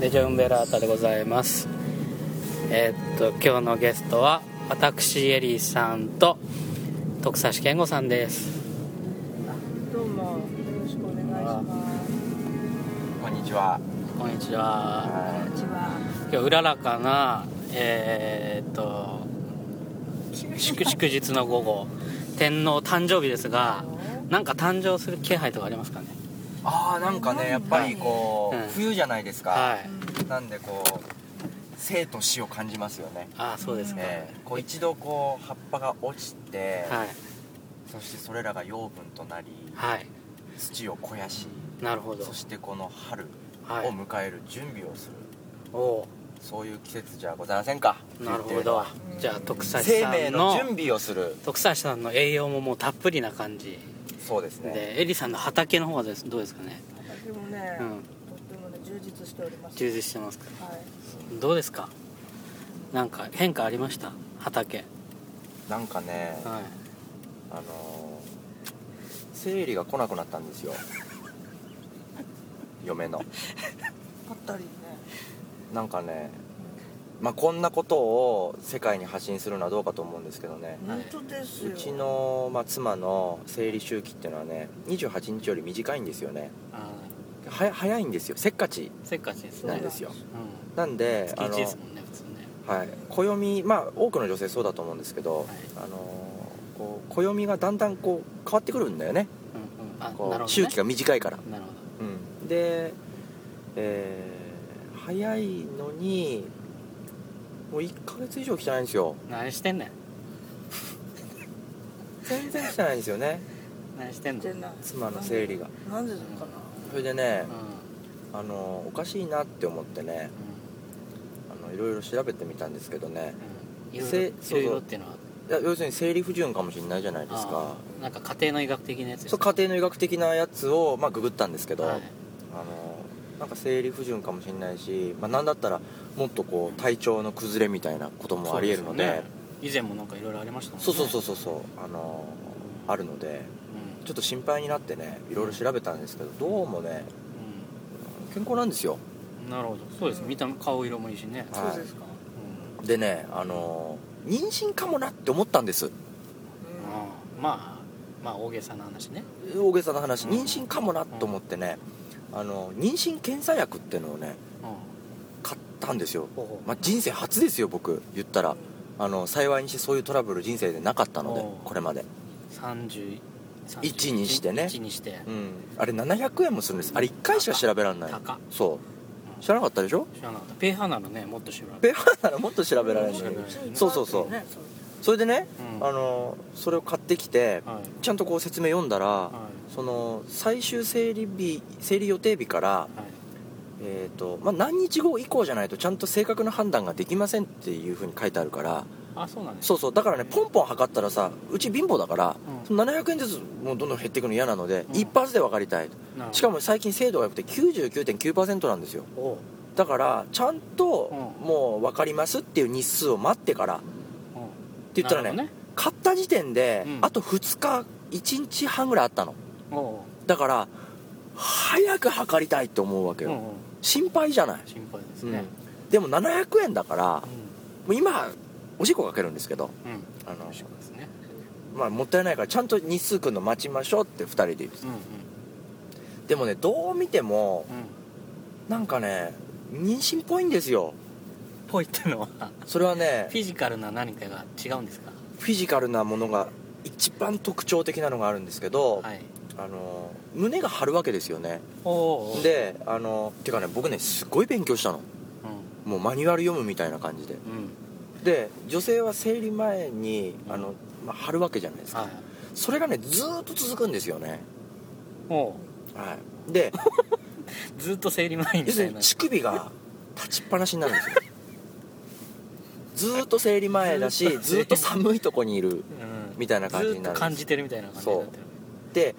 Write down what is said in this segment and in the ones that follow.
デジョンベラータでございますえーっと今日のゲストは私エリーさんと徳橋健吾さんですどうもよろしくお願いします。こんにちは。こんにちはこんにちは。今日うららかなえーっと祝祝日の午後天皇誕生日ですがなんか誕生する気配とかありますかねああなんかねやっぱりこう、うん冬じゃないですか、はいなんでこう生と死を感じますよね。ああそうですか、えーこう一度こう葉っぱが落ちて、はいそしてそれらが養分となりはい土を肥やしなるほどそしてこの春はいを迎える準備をする、おおそういう季節じゃございませんかうなる言ほうてるのどはじゃあ徳橋生さ命んのの準備をする徳橋さんの栄養ももうたっぷりな感じそうですねでエリさんの畑の方はですどうですかね、でもね、うん、とってもね充実しております。充実してますかはい。どうですかなんか変化ありました畑なんかね、はいあのー生理が来なくなったんで すよ嫁のぱったりね。なんかね、まあ、こんなことを世界に発信するのはどうかと思うんですけどね本当ですうよ。ちの、まあ、妻の生理周期っていうのはね28日より短いんですよねあは早いんですよせっかちーせっかちですなねんですようんなんで月1ですもんね普通ねあの、はい、暦まあ多くの女性そうだと思うんですけど、あのーこう暦がだんだんこう変わってくるんだよねうんうんあなるこほうど、ね、周期が短いからなるほで、えー早いのにもう1ヶ月以上来てないんですよど何してんねん全然来てないんですよ ね何してんの、うでん、な妻の生理がなんでなのかそれでねあのおかしいなって思ってねあのいろいろ調べてみたんですけどねうんいろせいろいろいそうそろうっていうのはいや要するに生理不順かもしれないじゃないですかあーなんか家庭の医学的なやつですそう家庭の医学的なやつを、まあ、ググったんですけど、はいあのなんか生理不順かもしれないし、まあ、なんだったらもっとこう体調の崩れみたいなこともありえるのでそうすよね以前もなんかいろいろありましたもんねそうそうそうそうそうあのあるのでうんちょっと心配になってねいろいろ調べたんですけどどうもねう健康なんですよんなるほどそうです見た目顔色もいいしねな。はいそうですか。うでねあの妊娠かもなって思ったんですんあーまあまあ大げさな話ね大げさな話うん妊娠かもなと思ってねあの妊娠検査薬ってのをねうんほ買ったんですよ、うほうまあ、人生初ですよ僕言ったらあの幸いにしてそういうトラブル人生でなかったのでおうこれまで、 30 31 1にしてね1にしてうん、あれ700円もするんですあれ1回しか調べられない高そう知らなかったでしょ知らなかったペーハーなのねもっと知らなペアならもっと調べられないんだけどそうそうそうねそれでね、うんあのそれを買ってきてはいちゃんとこう説明読んだら、はその最終生理日生理予定日から、いはいえーとまあ、何日後以降じゃないとちゃんと正確な判断ができませんっていうふうに書いてあるからあそうなんですそうそうだからねポンポン測ったらさうち貧乏だから、うんその700円ずつもうどんどん減っていくの嫌なので、うん一発で分かりたいしかもも最近精度が良くて99.9%なんですよおうだからちゃんとうんもう分かりますっていう日数を待ってからってうんっ言ったらね買った時点で、うんあと2日1日半ぐらいあったのおうだから早く測りたいって思うわけうよ、んうん心配じゃない、心配ですねうんでも700円だからもう今おしっこかけるんですけどうんうんあの、そうですねまあ、もったいないからちゃんと日数くんの待ちましょうって2人で言ってたうんうんでもねどう見てもうんなんかね妊娠っぽいんですよぽいってのはそれはねフィジカルな何かが違うんですかフィジカルなものが一番特徴的なのがあるんですけど、はいあの胸が張るわけですよねおうおうであのてかね僕ねすごい勉強したのうもうマニュアル読むみたいな感じでんうんで女性は生理前にうんあの、まあ、張るわけじゃないですか、はいそれがねずーっと続くんですよねおうは いでずっと生理前み要すたるい にな乳首が立ちっぱなしになる んですよずーっと生理前だしずずーーっっとと寒いとこにいるみたいな感じにずなっると感じてるみたいな感じになってるで、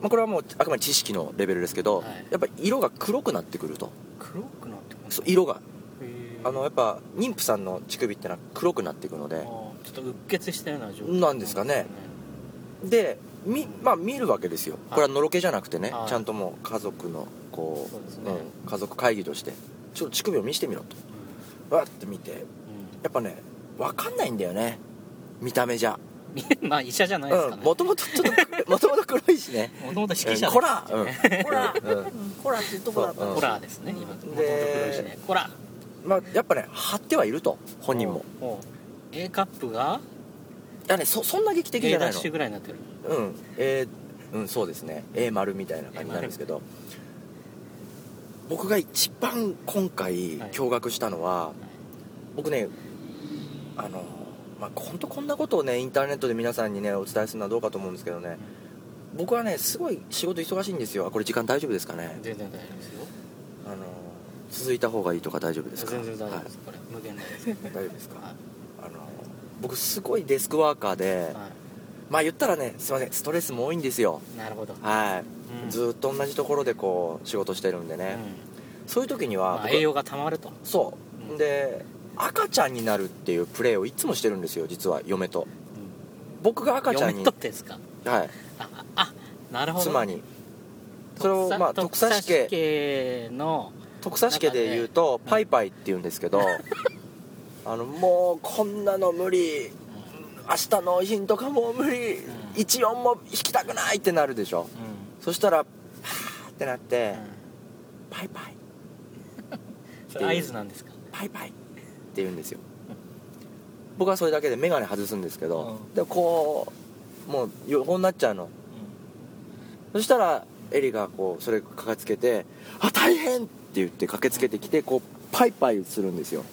まあ、これはもうあくまで知識のレベルですけど、はいやっぱり色が黒くなってくると黒くなってくるそう色がへーあのやっぱ妊婦さんの乳首ってのは黒くなっていくのあでーちょっとうっ血してるような状態なんですかねでみまあ見るわけですよこれはのろけじゃなくてね、はいちゃんともう家族のこうそうですねうん、家族会議としてちょっと乳首を見してみろとわって見てやっぱね分かんないんだよね見た目じゃうん まあ医者じゃないですかうんねもともとちょっと もともと黒いしねもともと指揮者うんこら、うん、こらうんコラっていうとこだったそううんコラーですね今で元々黒いしねコラまあ、やっぱね張ってはいると本人もおうおう A カップがいやねそそんな劇的じ A ゃなダッいのシュぐらいになってるうんえーうんそうですね A 丸みたいな感じなんですけど僕が一番今回はい驚愕したのは、僕ねあのまあ本当こんなことをねインターネットで皆さんにねお伝えするのはどうかと思うんですけどね僕はねすごい仕事忙しいんですよあこれ時間大丈夫ですかね全然大丈夫ですよあの続いた方がいいとか大丈夫ですか全然大丈夫はでいすこれ無限大ですか大丈夫ですからはいあの僕すごいデスクワーカーではまあ言ったらねすいませんストレスも多いんですよいなるほどはいうんずーっと同じところでこう仕事してるんでうね、んそういう時にはまあ僕栄養がたまるとそうんうで赤ちゃんになるっていうプレーをいつもしてるんですよ実は嫁と僕が赤ちゃん嫁にと、ってですかはい、ああなるほど妻にそれをまあ特特差差しし系系の徳佐家で言うと、パイパイって言うんですけ どあのもうこんなの無理明日納品とかもう無理、ん一音も弾きたくないってなるでしょうんそしたらはーってなって、うんパイパイそれ合図なんですかパイパイって言うんですよ僕はそれだけで眼鏡外すんですけど、うでこうもう横になっちゃうのそしたらエリがこうそれ駆けつけて「あ大変!」って言って駆けつけてきてこうパイパイするんですよ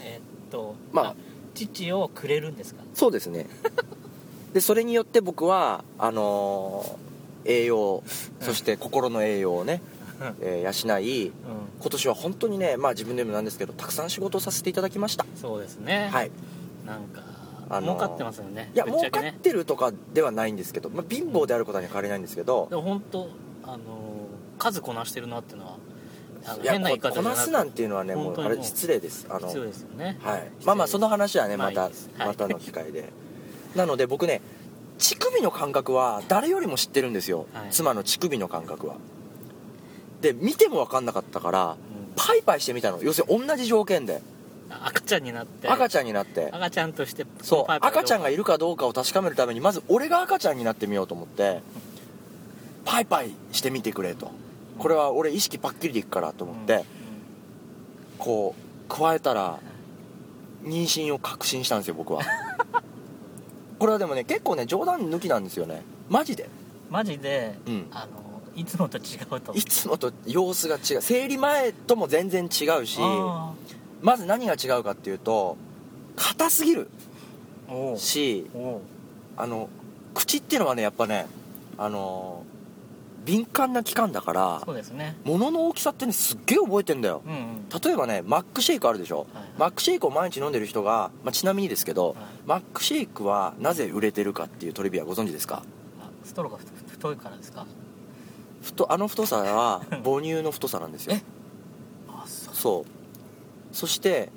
えーっとまあ父をくれるんですかそうです ねでそれによって僕はあのー栄養そして心の栄養をね、えー養ういん今年は本当にねまあ自分でもなんですけどたくさん仕事をさせていただきましたそうですねはいなんか、あ儲のーかってますよねいやぶっち儲ゃけかねってるとかではないんですけど、まあ、貧乏であることには変わりないんですけどでも本当あのー数こなしてるなっていうのはあのいや変な言いこ方じこゃななくすなんていうのはねも本う当にあもうれ失礼ですあの必要ですよねはいまあまあその話はねまあまいいたですはいまたの機会でなので僕ね乳首の感覚は誰よりも知ってるんですよ、はい妻の乳首の感覚はで見ても分かんなかったからうんパイパイしてみたの要するに同じ条件であ赤ちゃんになって赤ちちゃんになってゃん赤ちゃんとしてそうパイパイを赤ちゃんがいるかどうかを確かめるためにまず俺が赤ちゃんになってみようと思ってパイパイしてみてくれとこれは俺意識パッキリでいくからと思って、こう加えたら妊娠を確信したんですよ 僕はこれはでもね結構ね冗談抜きなんですよねマジでマジで、うんあのいつもと違うといつもと様子が違う生理前とも全然違うしあまず何が違うかっていうと硬すぎるーおうしおうあの口っていうのはねやっぱねあの敏感な器官だからそうですね物の大きさってねすっげえ覚えてんだようんうん例えばねマックシェイクあるでしょ、はいはいマックシェイクを毎日飲んでる人が、まあ、ちなみにですけど、はいマックシェイクはなぜ売れてるかっていうトリビアご存知ですかあストローが太太いからですかふとあの太さ は母乳の太さなんですよあそうそうそして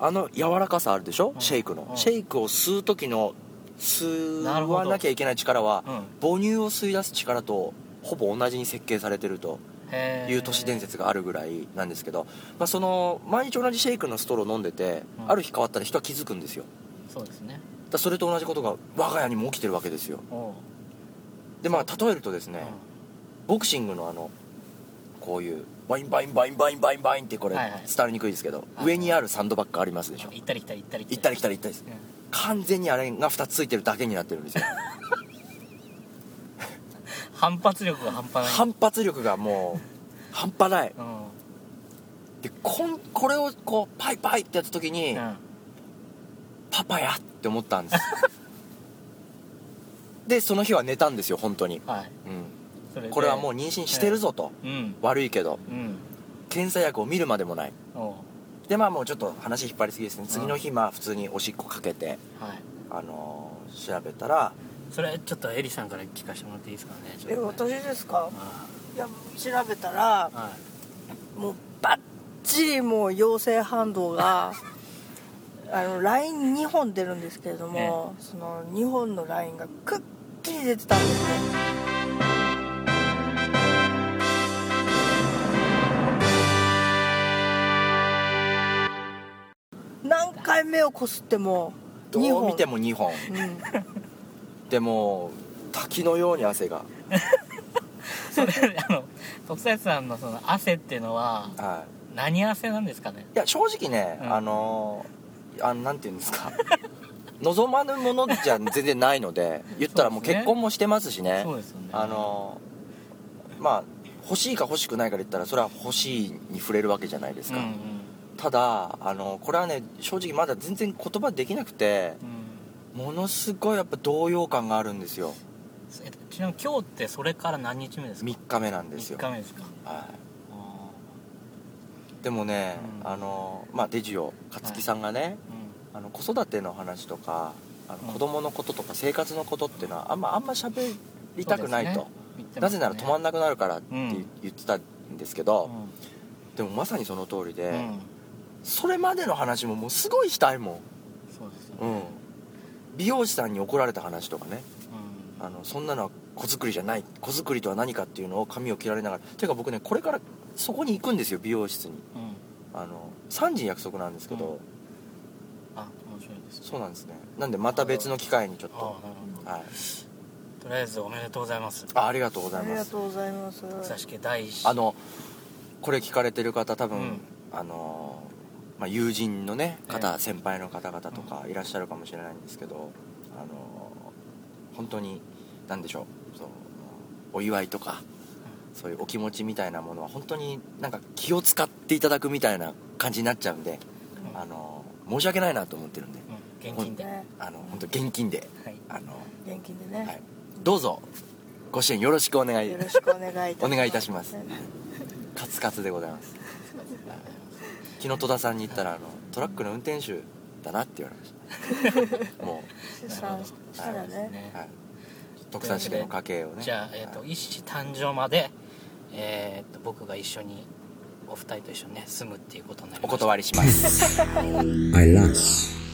あの柔らかさあるでしょ、うんシェイクの、うんシェイクを吸う時の吸なるほわどなきゃいけない力はうん母乳を吸い出す力とほぼ同じに設計されてるとへーいう都市伝説があるぐらいなんですけど、まあ、その毎日同じシェイクのストローを飲んでて、うんある日変わったら人は気づくんですよそうですねだからそれと同じことが我が家にも起きてるわけですよおうでまあ例えるとですね、ボクシングのあのこういうバインバインバインバインバインバインってこれは伝いはいわりにくいですけど、はい上にあるサンドバッグありますでしょうん行ったり来たり行ったり行ったり来たり行ったりですうん完全にあれが2つついてるだけになってるんですよ反発力が半端ない反発力がもう半端ないでこんこれをこうパイパイってやった時うに、ん、うん、パパやって思ったんです でその日は寝たんですよ本当に、はいうん、それこれはもうう妊娠してるぞと、うん悪いけどうん検査薬を見るまでもないおうでまあもうちょっと話引っ張りすぎですね次の日まあ普通におしっこかけて、はいあのー調べたらそれちょっとエリさんから聞かせてもらっていいですかねちょっえとね私ですかあいや調べたらあはもうバッチリもう妖精反動が あのライン2本出るんですけれども、その2本のラインがくっきり出てたんですねい回目をこすってもど2う本見ても2うん本でも滝のように汗がそれあの徳斎さんのその汗っていうのははい何汗なんですかねいや正直ね、うんあのーあのなんていうんですか 望まぬものじゃ全然ないので言ったらもうそうですね結婚もしてますしねそうですよねあのーまあ欲しいか欲しくないかで言ったらそれは欲しいに触れるわけじゃないですうんか、ただあのこれはね正直まだ全然言葉できなくてうんうんものすごいやっぱ動揺感があるんですよえっとちなみに今日ってそれから何日目ですか3日目なんで3すよ日目ですかはあい、でもね、うんあのーまあデジオ勝木さんがね、ーうんあの子育ての話とかあうんの子供のこととか生活のことっていうのはあんまあんま喋りたくないと、そう言ってまなすぜねなら止まんなくなるからってうん言ってたんですけど、でもまさにその通りで、うんうんそれまでの話ももうすごいしたいもそうですよん、ねうん、美容師さんに怒られた話とかねうんあのそんなのは子作りじゃない子作りとは何かっていうのを髪を切られながらていうか僕ねこれからそこに行くんですよ美容室にうんあの3時に約束なんですけど、うんあ面白いですねそうなんですねなんでまた別の機会にちょっあとあなるほはいどとりあえずおめでとうございますあありがとうござあいりまがすとうございます草し家第一あのこれ聞かれてる方多分、うんあのーまあ、友人のね方、ええ先輩の方々とかいらっしゃるかもしれないんですけど、あのー本当に何でしょうそのお祝いとかそういうお気持ちみたいなものは本当になんか気を使っていただくみたいな感じになっちゃうんで、うんあのー申し訳ないなと思ってるんでうん現金で、ねあの本当現金で、はいあの現金でね、はい、どうぞご支援よろしくお願いよろしくお願いいたします お願いいたしますカツカツでございます昨日戸田さんに言ったらあのトラックの運転手だなって言われましたも出産したらそうですねね う、はい、特産式の家計をねじゃあ、えー、とはい一子誕生まで、えー、と僕が一緒にお二人と一緒にね住むっていうことになりおました断りします I lost.